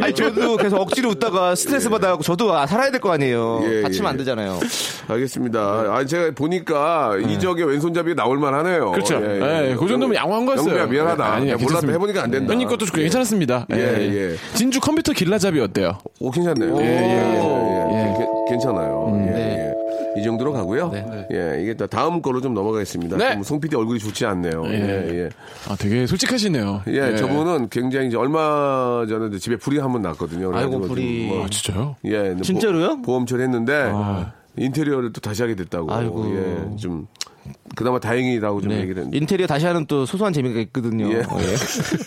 [SPEAKER 6] 아니, 저도 계속 억지로 웃다가 스트레스 받아갖고 저도 아, 살아야 될 거 아니에요.
[SPEAKER 3] 예,
[SPEAKER 6] 다치면
[SPEAKER 3] 예.
[SPEAKER 6] 안 되잖아요.
[SPEAKER 3] 알겠습니다. 아 제가 보니까 이적의 왼손잡이가 나올 만하네요.
[SPEAKER 5] 네. 그렇죠. 예, 그 정도면 양호한
[SPEAKER 3] 어,
[SPEAKER 5] 거였어요. 예,
[SPEAKER 3] 영배야 미안하다.
[SPEAKER 5] 아니,
[SPEAKER 3] 야, 몰라도
[SPEAKER 5] 괜찮습니다.
[SPEAKER 3] 해보니까 안 된다.
[SPEAKER 5] 형님 것도 좋고 괜찮았습니다. 예,
[SPEAKER 3] 예,
[SPEAKER 5] 예.
[SPEAKER 3] 예.
[SPEAKER 5] 진주 컴퓨터 길라잡이 어때요?
[SPEAKER 3] 오, 괜찮네요. 예, 예, 예, 예. 괜- 괜찮아요.
[SPEAKER 5] 음,
[SPEAKER 3] 예,
[SPEAKER 5] 네.
[SPEAKER 3] 예. 이 정도로 가고요. 예, 이게 다 다음 거로 좀 넘어가겠습니다.
[SPEAKER 5] 네.
[SPEAKER 3] 송 PD 얼굴이 좋지 않네요. 예, 예.
[SPEAKER 5] 아, 되게 솔직하시네요.
[SPEAKER 3] 예, 저분은 굉장히 이제 얼마 전에 이제 집에 불이 한 번 났거든요. 그래가지고
[SPEAKER 6] 아이고, 불이.
[SPEAKER 3] 지금 뭐-
[SPEAKER 5] 아, 진짜요? 아.
[SPEAKER 3] 예,
[SPEAKER 6] 진짜로요?
[SPEAKER 3] 보, 보험 처리했는데 인테리어를 또 다시 하게 됐다고.
[SPEAKER 6] 아이고.
[SPEAKER 3] 예, 좀 그나마 다행이라고 좀
[SPEAKER 6] 네.
[SPEAKER 3] 얘기를 했는데.
[SPEAKER 6] 인테리어 다시 하는 또 소소한 재미가 있거든요.
[SPEAKER 3] 예.
[SPEAKER 6] 어, 예.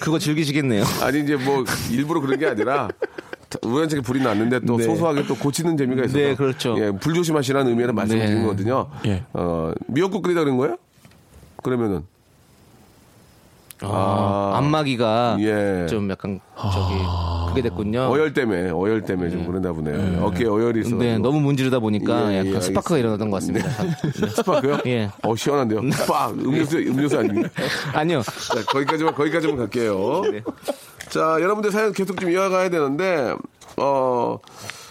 [SPEAKER 6] 그거 즐기시겠네요.
[SPEAKER 3] 아니 이제 뭐 일부러 그런 게 아니라 다- 우연찮게 불이 났는데 또
[SPEAKER 6] 네.
[SPEAKER 3] 소소하게 또 고치는 재미가 있어서
[SPEAKER 6] 네, 그렇죠.
[SPEAKER 3] 예, 불 조심하시라는 의미로 말씀을
[SPEAKER 6] 네.
[SPEAKER 3] 드린 거거든요.
[SPEAKER 5] 예.
[SPEAKER 3] 어, 미역국 끓이다 그런 거예요? 그러면은
[SPEAKER 6] 아, 안마기가
[SPEAKER 3] 예.
[SPEAKER 6] 좀 약간 저기 그게 됐군요.
[SPEAKER 3] 어열 때문에 어열 때문에 좀 그랬나 보네요. 어깨에 어열이 있어.
[SPEAKER 6] 네, 너무 문지르다 보니까
[SPEAKER 3] 뭐. 예, 예,
[SPEAKER 6] 약간 스파크가 일어났던 것 같습니다.
[SPEAKER 3] 스파크요?
[SPEAKER 6] 예.
[SPEAKER 3] 어 시원한데요. 빡 음료수 음료수 아닙니까?
[SPEAKER 6] 아니요.
[SPEAKER 3] 자, 거기까지만 거기까지만 갈게요.
[SPEAKER 6] 네.
[SPEAKER 3] 자, 여러분들 사연 계속 좀 이어가야 되는데 어,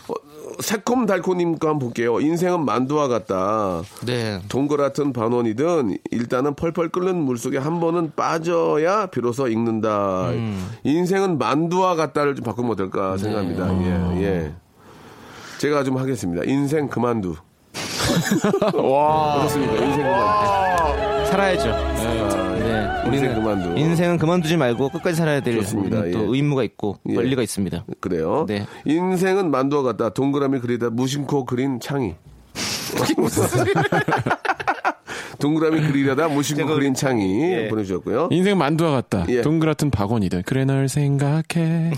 [SPEAKER 3] 어 새콤달콤님 거 한번 볼게요. 인생은 만두와 같다.
[SPEAKER 6] 네.
[SPEAKER 3] 동그랗든 반원이든 일단은 펄펄 끓는 물속에 한 번은 빠져야 비로소 익는다.
[SPEAKER 6] 음.
[SPEAKER 3] 인생은 만두와 같다를 좀 바꾸면
[SPEAKER 6] 네.
[SPEAKER 3] 어떨까 생각합니다.
[SPEAKER 6] 아.
[SPEAKER 3] 예, 예. 제가 좀 하겠습니다. 인생 그만두. 와. 어떻습니까? 인생 그만두.
[SPEAKER 6] 살아야죠. 네.
[SPEAKER 3] 인생 그만두.
[SPEAKER 6] 인생은 그만두지 말고 끝까지 살아야 될
[SPEAKER 3] 좋습니다.
[SPEAKER 6] 우리는 또
[SPEAKER 3] 예.
[SPEAKER 6] 의무가 있고
[SPEAKER 3] 예.
[SPEAKER 6] 권리가 있습니다.
[SPEAKER 3] 그래요.
[SPEAKER 6] 네.
[SPEAKER 3] 인생은 만두와 같다. 동그라미 그리다 무심코 그린 창이. 동그라미 그리려다 무심코 그린 창이
[SPEAKER 6] 예.
[SPEAKER 3] 보내주셨고요.
[SPEAKER 5] 인생 만두와 같다.
[SPEAKER 3] 예.
[SPEAKER 5] 동그랗든 박원이든 그래 널 생각해.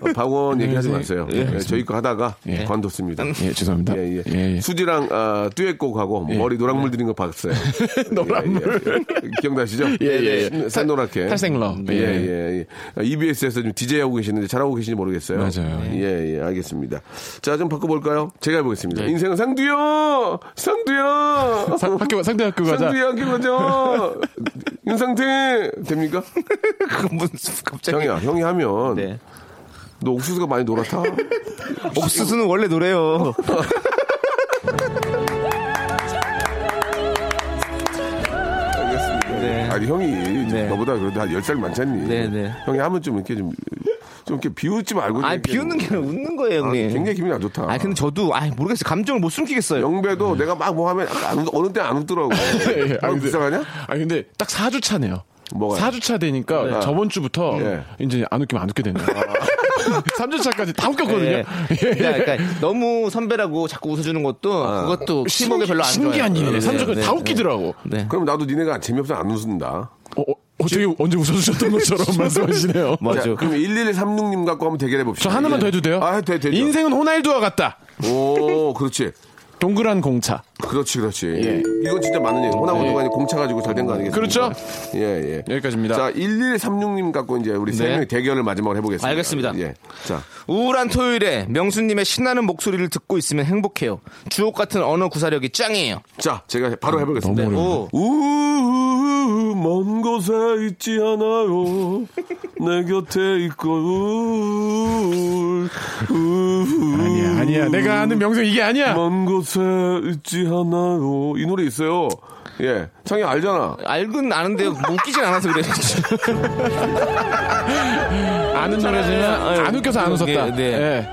[SPEAKER 3] 어, 박원 얘기하지
[SPEAKER 5] 네, 네.
[SPEAKER 3] 마세요.
[SPEAKER 5] 예,
[SPEAKER 3] 예,
[SPEAKER 5] 알겠습니다.
[SPEAKER 3] 저희 거 하다가
[SPEAKER 5] 예.
[SPEAKER 3] 관뒀습니다.
[SPEAKER 5] 예, 죄송합니다.
[SPEAKER 3] 예, 예.
[SPEAKER 5] 예, 예.
[SPEAKER 3] 수지랑 아, 듀엣곡하고 머리 노랑물 드린 거 봤어요. 노랑물. 기억나시죠? 예,
[SPEAKER 5] 예, 예.
[SPEAKER 3] 산노랗게.
[SPEAKER 5] 탈생러.
[SPEAKER 3] 예,
[SPEAKER 5] 예.
[SPEAKER 3] 예, 예. EBS에서 지금 DJ 하고 계시는데 잘하고 계신지 모르겠어요.
[SPEAKER 5] 맞아요.
[SPEAKER 3] 예, 예, 알겠습니다. 자, 좀 바꿔볼까요? 제가 해보겠습니다. 인생은 상두요! 상두요!
[SPEAKER 5] 사- 학교 네. 상대 학교 가자.
[SPEAKER 3] 상두야, 학교 가자! 윤상태! 됩니까?
[SPEAKER 6] 그분 갑자기
[SPEAKER 3] 형이야, 형이 하면.
[SPEAKER 6] 네.
[SPEAKER 3] 너 옥수수가 많이 노랗다?
[SPEAKER 6] 옥수수는 원래 노래요.
[SPEAKER 3] 알겠습니다.
[SPEAKER 6] 네.
[SPEAKER 3] 아니 형이
[SPEAKER 6] 네.
[SPEAKER 3] 너보다 그래도 한 10살 많잖니.
[SPEAKER 6] 네, 네.
[SPEAKER 3] 형이 하면 좀 이렇게 좀, 좀 이렇게 비웃지 말고. 좀
[SPEAKER 6] 아니
[SPEAKER 3] 이렇게
[SPEAKER 6] 비웃는 게 아니라 웃는 거예요,
[SPEAKER 3] 좀- 아,
[SPEAKER 6] 형님.
[SPEAKER 3] 굉장히 기분이 안 좋다.
[SPEAKER 6] 아 근데 저도 아 모르겠어요. 감정을 못 숨기겠어요.
[SPEAKER 3] 영배도 내가 막 뭐 하면 약간 안 웃- 어느 때 안 웃더라고.
[SPEAKER 5] 예,
[SPEAKER 3] 아, 불쌍하냐?
[SPEAKER 5] 아니 근데 딱 4주 차네요.
[SPEAKER 3] 뭐가요?
[SPEAKER 5] 4주 차 되니까 저번 주부터
[SPEAKER 3] 예.
[SPEAKER 5] 이제 안 웃기면 안 웃게 되네요. 3주 차까지 다 웃겼거든요.
[SPEAKER 6] 예.
[SPEAKER 5] 예.
[SPEAKER 6] 그러니까, 그러니까 너무 선배라고 자꾸 웃어주는 것도 그것도
[SPEAKER 5] 신기-
[SPEAKER 6] 시목에 별로 안 좋아요.
[SPEAKER 5] 신기한 일이네. 3주까지
[SPEAKER 6] 네,
[SPEAKER 5] 다
[SPEAKER 6] 네.
[SPEAKER 5] 웃기더라고.
[SPEAKER 6] 네.
[SPEAKER 3] 그럼 나도 니네가 재미없어 안 웃는다.
[SPEAKER 5] 어, 어, 어떻게 언제 웃어주셨던 것처럼 말씀하시네요.
[SPEAKER 3] 자,
[SPEAKER 6] 맞아.
[SPEAKER 3] 그럼 11136님 갖고 한번 대결해
[SPEAKER 5] 저
[SPEAKER 3] 봅시다.
[SPEAKER 5] 하나만 더 해도 돼요?
[SPEAKER 3] 뭐, 아, 해도 돼, 돼. 인생.
[SPEAKER 5] 인생은 호날두와 같다.
[SPEAKER 3] 오, 그렇지.
[SPEAKER 5] 동그란 공차.
[SPEAKER 3] 그렇지, 그렇지. 이건 진짜 많은 얘기. 호나호두가 아니 공차 가지고 잘 된 거 아니겠습니까?
[SPEAKER 5] 그렇죠.
[SPEAKER 3] 예, 예.
[SPEAKER 5] 여기까지입니다.
[SPEAKER 3] 자, 1136님 갖고 이제 우리 세
[SPEAKER 6] 네.
[SPEAKER 3] 명이 대결을 마지막으로 해보겠습니다.
[SPEAKER 6] 알겠습니다.
[SPEAKER 3] 예. 자,
[SPEAKER 6] 우울한 토요일에 명수님의 신나는 목소리를 듣고 있으면 행복해요. 주옥 같은 언어 구사력이 짱이에요.
[SPEAKER 3] 자, 제가 바로 해보겠습니다.
[SPEAKER 5] 음, 너무 어려운데.
[SPEAKER 6] 오,
[SPEAKER 3] 우우 먼 곳에 있지 않아요 내 곁에 있고 우울 우우
[SPEAKER 5] 아니야, 아니야. 내가 아는 명성 이게 아니야.
[SPEAKER 3] 먼 곳에 있지 않아요 이 노래 있어요 예 창이 알잖아
[SPEAKER 6] 알긴 아는데 뭐 웃기진 않아서 그래요.
[SPEAKER 5] 아는 노래지만 안 웃겨서 안 웃었다.
[SPEAKER 6] 예. 네, 네.
[SPEAKER 5] 예.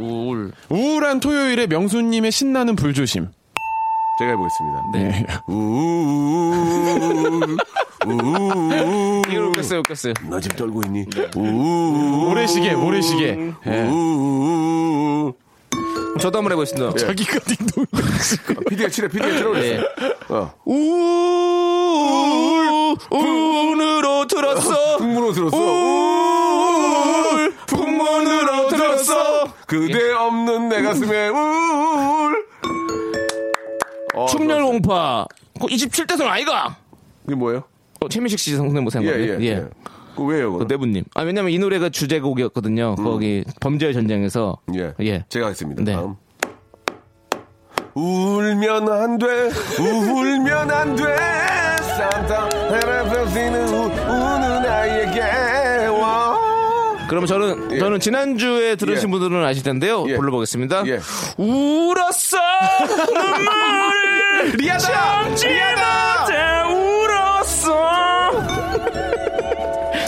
[SPEAKER 6] 우울.
[SPEAKER 5] 우울한 토요일에 명수님의 신나는 불조심.
[SPEAKER 3] 제가 해보겠습니다
[SPEAKER 5] 네.
[SPEAKER 3] 우울 우울
[SPEAKER 6] 이걸 예, 웃겼어요, 웃겼어요.
[SPEAKER 3] 나 지금 떨고 있니
[SPEAKER 5] 네.
[SPEAKER 3] 우울
[SPEAKER 5] 모래시계, 모래시계. 예.
[SPEAKER 3] 우울
[SPEAKER 6] 저도 한번 해보겠습니다.
[SPEAKER 5] 자기가 딩동.
[SPEAKER 3] 아, 피디가 칠해 피디가 칠해 그랬어
[SPEAKER 5] 네.
[SPEAKER 6] 예.
[SPEAKER 3] 어.
[SPEAKER 6] 우울, 우울으로 들었어.
[SPEAKER 3] 풍문으로 들었어
[SPEAKER 6] 우울, 풍문으로 들었어.
[SPEAKER 3] 그대
[SPEAKER 6] 예.
[SPEAKER 3] 없는 내 가슴에
[SPEAKER 6] 음.
[SPEAKER 3] 우울. 어,
[SPEAKER 6] 충렬 공파. 27대선 아이가.
[SPEAKER 3] 그게 뭐예요?
[SPEAKER 6] 어, 최민식 씨 성대모사 한
[SPEAKER 3] 예,
[SPEAKER 6] 건데.
[SPEAKER 3] 예. 예. 그 왜요,
[SPEAKER 6] 아, 그
[SPEAKER 3] 그거?
[SPEAKER 6] 내부님. 아, 왜냐면 이 노래가 주제곡이었거든요. 거기 범죄의 전쟁에서.
[SPEAKER 3] 예.
[SPEAKER 6] 예.
[SPEAKER 3] 제가 하겠습니다.
[SPEAKER 6] 네.
[SPEAKER 3] 다음. 울면 안 돼. 울면 안 돼. 산타 헤라페스는 우는 아이에게 와.
[SPEAKER 6] 그러면 저는
[SPEAKER 3] 예.
[SPEAKER 6] 저는 지난주에 들으신
[SPEAKER 3] 예.
[SPEAKER 6] 분들은 아실 텐데요.
[SPEAKER 3] 예.
[SPEAKER 6] 불러보겠습니다.
[SPEAKER 3] 예.
[SPEAKER 6] 울었어 눈물을
[SPEAKER 3] 리아다!
[SPEAKER 6] 참지 못해 울었어.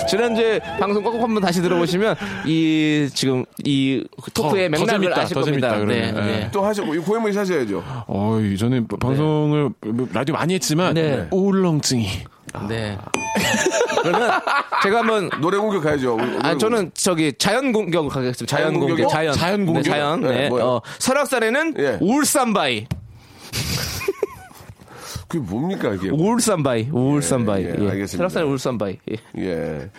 [SPEAKER 6] 지난주에 방송 꼭 한번 다시 들어보시면 이 지금 이 토크의
[SPEAKER 5] 더
[SPEAKER 6] 맥락을
[SPEAKER 5] 재밌다,
[SPEAKER 6] 아실
[SPEAKER 5] 더
[SPEAKER 6] 겁니다.
[SPEAKER 5] 재밌다,
[SPEAKER 6] 네,
[SPEAKER 5] 그러면.
[SPEAKER 6] 네.
[SPEAKER 5] 예.
[SPEAKER 3] 또 하시고, 이 고해머리 사셔야죠.
[SPEAKER 5] 어이, 저는 방송을 뭐 라디오 많이 했지만
[SPEAKER 6] 네.
[SPEAKER 5] 우울렁증이.
[SPEAKER 6] 네. 그러면 제가 한번
[SPEAKER 3] 노래 공격 가야죠.
[SPEAKER 6] 아 저는 저기 자연 공격 가겠습니다. 자연
[SPEAKER 3] 자연 공격?
[SPEAKER 6] 공격. 자연.
[SPEAKER 5] 자연 공격?
[SPEAKER 6] 네, 자연.
[SPEAKER 3] 네,
[SPEAKER 6] 네.
[SPEAKER 3] 뭐요?
[SPEAKER 6] 어, 설악산에는
[SPEAKER 3] 예.
[SPEAKER 6] 울산바위.
[SPEAKER 3] 그게 뭡니까 이게?
[SPEAKER 6] 우울산바이, 우울산바이.
[SPEAKER 3] 예,
[SPEAKER 6] 예,
[SPEAKER 3] 예, 알겠습니다.
[SPEAKER 6] 설악산의 우울산바이. 예.
[SPEAKER 3] 예.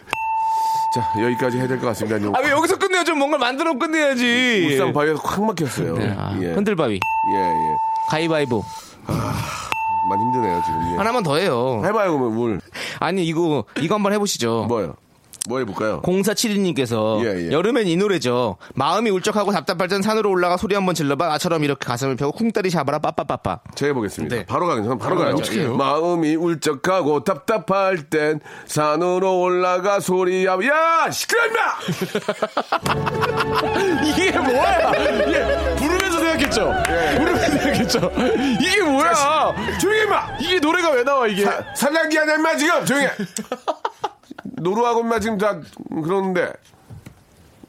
[SPEAKER 3] 자 여기까지 해야 될 것 같습니다.
[SPEAKER 6] 아, 왜 여기서 끝내요? 좀 뭔가 만들어 끝내야지.
[SPEAKER 3] 울산 바위에서 확 막혔어요.
[SPEAKER 6] 예. 네, 아,
[SPEAKER 3] 예.
[SPEAKER 6] 흔들바위.
[SPEAKER 3] 예, 예.
[SPEAKER 6] 가위바위보.
[SPEAKER 3] 많이 힘드네요 지금. 예.
[SPEAKER 6] 하나만 더 해요.
[SPEAKER 3] 해봐요 그러면 물
[SPEAKER 6] 아니, 이거, 이거 한번 해보시죠.
[SPEAKER 3] 뭐요? 뭐 해볼까요?
[SPEAKER 6] 0472님께서
[SPEAKER 3] 예, 예.
[SPEAKER 6] 여름엔 이 노래죠. 마음이 울적하고 답답할 땐 산으로 올라가 소리 한번 질러봐. 나처럼 이렇게 가슴을 펴고 쿵따리 잡아라 빠빠빠빠.
[SPEAKER 3] 제가 해보겠습니다.
[SPEAKER 6] 네.
[SPEAKER 3] 바로 가겠습니다. 바로 가요. 예.
[SPEAKER 5] 어떻게 해요?
[SPEAKER 3] 마음이 울적하고 답답할 땐 산으로 올라가 소리야. 야 시끄러 임마!
[SPEAKER 5] 이게 뭐야? 이게 부르면서 생각했죠. 부르면서 생각했죠. 이게 뭐야?
[SPEAKER 3] 조용히 임마!
[SPEAKER 5] 이게 노래가 왜 나와
[SPEAKER 6] 예.
[SPEAKER 5] 이게?
[SPEAKER 3] 산란기 아니야 임마 지금 조용히 해. 노루하고 임마 지금 다 그러는데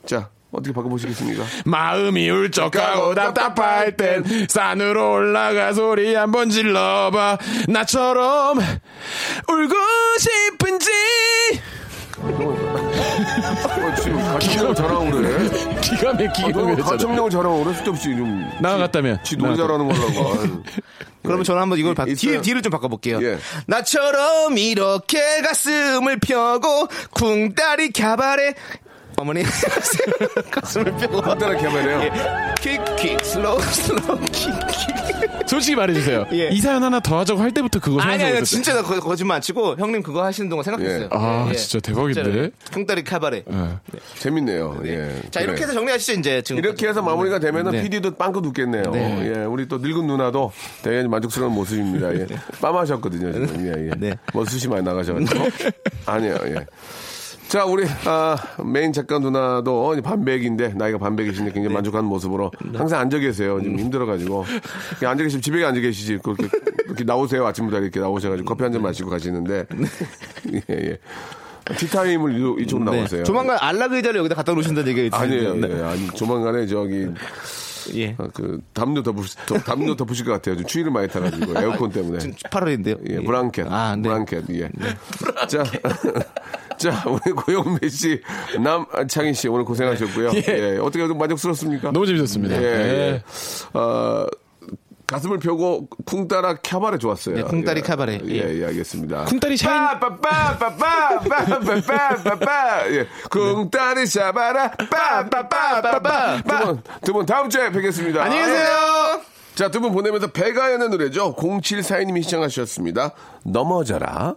[SPEAKER 3] 자 어떻게 바꿔보시겠습니까?
[SPEAKER 5] 마음이 울적하고 답답할 땐 산으로 올라가 소리 한번 질러봐 나처럼 울고 싶은지
[SPEAKER 3] 어, 지금 가창력을 잘하고 그래.
[SPEAKER 5] 기가
[SPEAKER 3] 아,
[SPEAKER 5] 막히게
[SPEAKER 3] 너무
[SPEAKER 5] 노래했잖아
[SPEAKER 3] 가창력을 잘하고 그래. 쓸데없이 좀.
[SPEAKER 5] 나갔다면
[SPEAKER 3] 지 노래 잘하는 걸라고. 아유.
[SPEAKER 6] 그러면 저는 한번 이걸 바,
[SPEAKER 3] 있어요.
[SPEAKER 6] 뒤, 뒤를 좀 바꿔볼게요.
[SPEAKER 3] 예.
[SPEAKER 6] 나처럼 이렇게 가슴을 펴고 쿵따리 갸바레 어머니 가슴을 펴고
[SPEAKER 3] 간단하게 하면 해요.
[SPEAKER 6] 예. 킥킥 슬로우 슬로우 킥킥
[SPEAKER 5] 솔직히 말해주세요
[SPEAKER 6] 예.
[SPEAKER 5] 이 사연 하나 더 하자고 할 때부터 그거
[SPEAKER 6] 아니 아니
[SPEAKER 5] 생각했어요
[SPEAKER 6] 진짜 나 거, 거짓말 안 치고 형님 그거 하시는 동안 생각했어요.
[SPEAKER 3] 예.
[SPEAKER 5] 아, 진짜 대박인데?
[SPEAKER 6] 진짜로. 네. 쿵따리 갸바레
[SPEAKER 3] 재밌네요. 예.
[SPEAKER 6] 자 이렇게
[SPEAKER 3] 그래.
[SPEAKER 6] 해서 정리하시죠 이제 지금
[SPEAKER 3] 이렇게 해서 마무리가 되면은 PD도 빵긋 웃겠네요.
[SPEAKER 6] 네.
[SPEAKER 3] 예, 우리 또 늙은 누나도 대단히 만족스러운 모습입니다. 예. 빰하셨거든요, 지금. 예, 예.
[SPEAKER 6] 네.
[SPEAKER 3] 뭐 수시 많이 나가셔가지고. 아니에요, 예. 자, 우리, 아, 메인 작가 누나도 이제 반백인데, 나이가 반백이신데
[SPEAKER 6] 네.
[SPEAKER 3] 굉장히 만족한 모습으로 항상 앉아 계세요.
[SPEAKER 6] 음.
[SPEAKER 3] 지금 힘들어가지고. 그냥 앉아 계시면 집에 앉아 계시지. 그렇게, 그렇게 나오세요. 아침부터 이렇게 나오셔가지고 커피 한 잔 마시고 가시는데. 예, 예. 티타임을 이로- 이쪽으로
[SPEAKER 6] 네.
[SPEAKER 3] 나오세요.
[SPEAKER 6] 조만간 네. 안락 의자를 여기다 갖다 놓으신다는 얘기가 있어요.
[SPEAKER 3] 아니에요. 예, 아니, 조만간에
[SPEAKER 6] 네.
[SPEAKER 3] 저기
[SPEAKER 6] 예.
[SPEAKER 3] 아, 그 담요 덮으 덮- 담요 덮으실 것 같아요. 좀 추위를 많이 타가지고 에어컨 때문에.
[SPEAKER 6] 지금 8월인데요.
[SPEAKER 3] 예, 브랑켓,
[SPEAKER 6] 아, 네.
[SPEAKER 3] 브랑켓, 예. 자, 자 우리 고영배 씨, 남창희 씨 오늘 고생하셨고요. 예, 어떻게 만족스럽습니까?
[SPEAKER 5] 너무 재밌었습니다
[SPEAKER 3] 예,
[SPEAKER 5] 예.
[SPEAKER 3] 예. 어, 가슴을 펴고 쿵따라 캬바레 좋았어요.
[SPEAKER 6] 네, 쿵따리
[SPEAKER 3] 예.
[SPEAKER 6] 캬바레.
[SPEAKER 3] 예, 예, 알겠습니다.
[SPEAKER 5] 쿵따리 샤인
[SPEAKER 3] 빠빠빠빠빠빠빠빠빠 예, 쿵따리 샤바라 빠빠빠빠빠 두분 다음 주에 뵙겠습니다.
[SPEAKER 6] 안녕히 계세요.
[SPEAKER 3] 자, 두 분 보내면서 배가 여는 노래죠. 0742님이 시청하셨습니다. 넘어져라.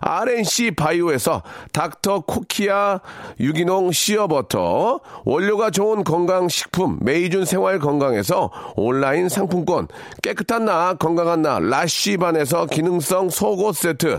[SPEAKER 3] RNC 바이오에서 닥터 코키아 유기농 시어버터, 원료가 좋은 건강식품 메이준 생활 건강에서 온라인 상품권, 깨끗한 나 건강한 나 라쉬반에서 기능성 속옷 세트,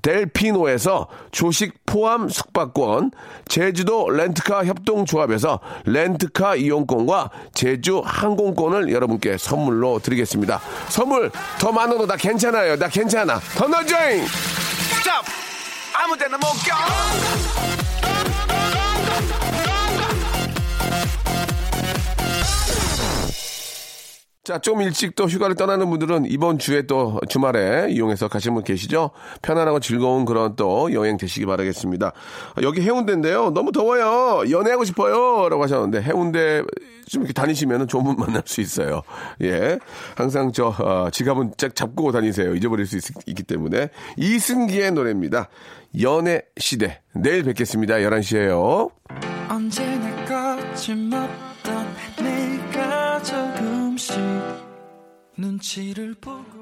[SPEAKER 3] 델피노에서 조식 포함 숙박권, 제주도 렌트카 협동조합에서 렌트카 이용권과 제주 항공권을 여러분께 선물로 드리겠습니다. 선물 더 많은 거 나 괜찮아요. 나 괜찮아. 더 넣어줘잉! 자, 좀 일찍 또 휴가를 떠나는 분들은 이번 주에 또 주말에 이용해서 가신 분 계시죠? 편안하고 즐거운 그런 또 여행 되시기 바라겠습니다. 아, 여기 해운대인데요. 너무 더워요. 연애하고 싶어요. 라고 하셨는데 해운대 좀 이렇게 다니시면 좋은 분 만날 수 있어요. 예. 항상 저 어, 지갑은 쫙 잡고 다니세요. 잊어버릴 수 있, 있기 때문에. 이승기의 노래입니다. 연애 시대. 내일 뵙겠습니다. 11시에요.
[SPEAKER 8] 언제나 거침없던 내가 조금씩 눈치를 보고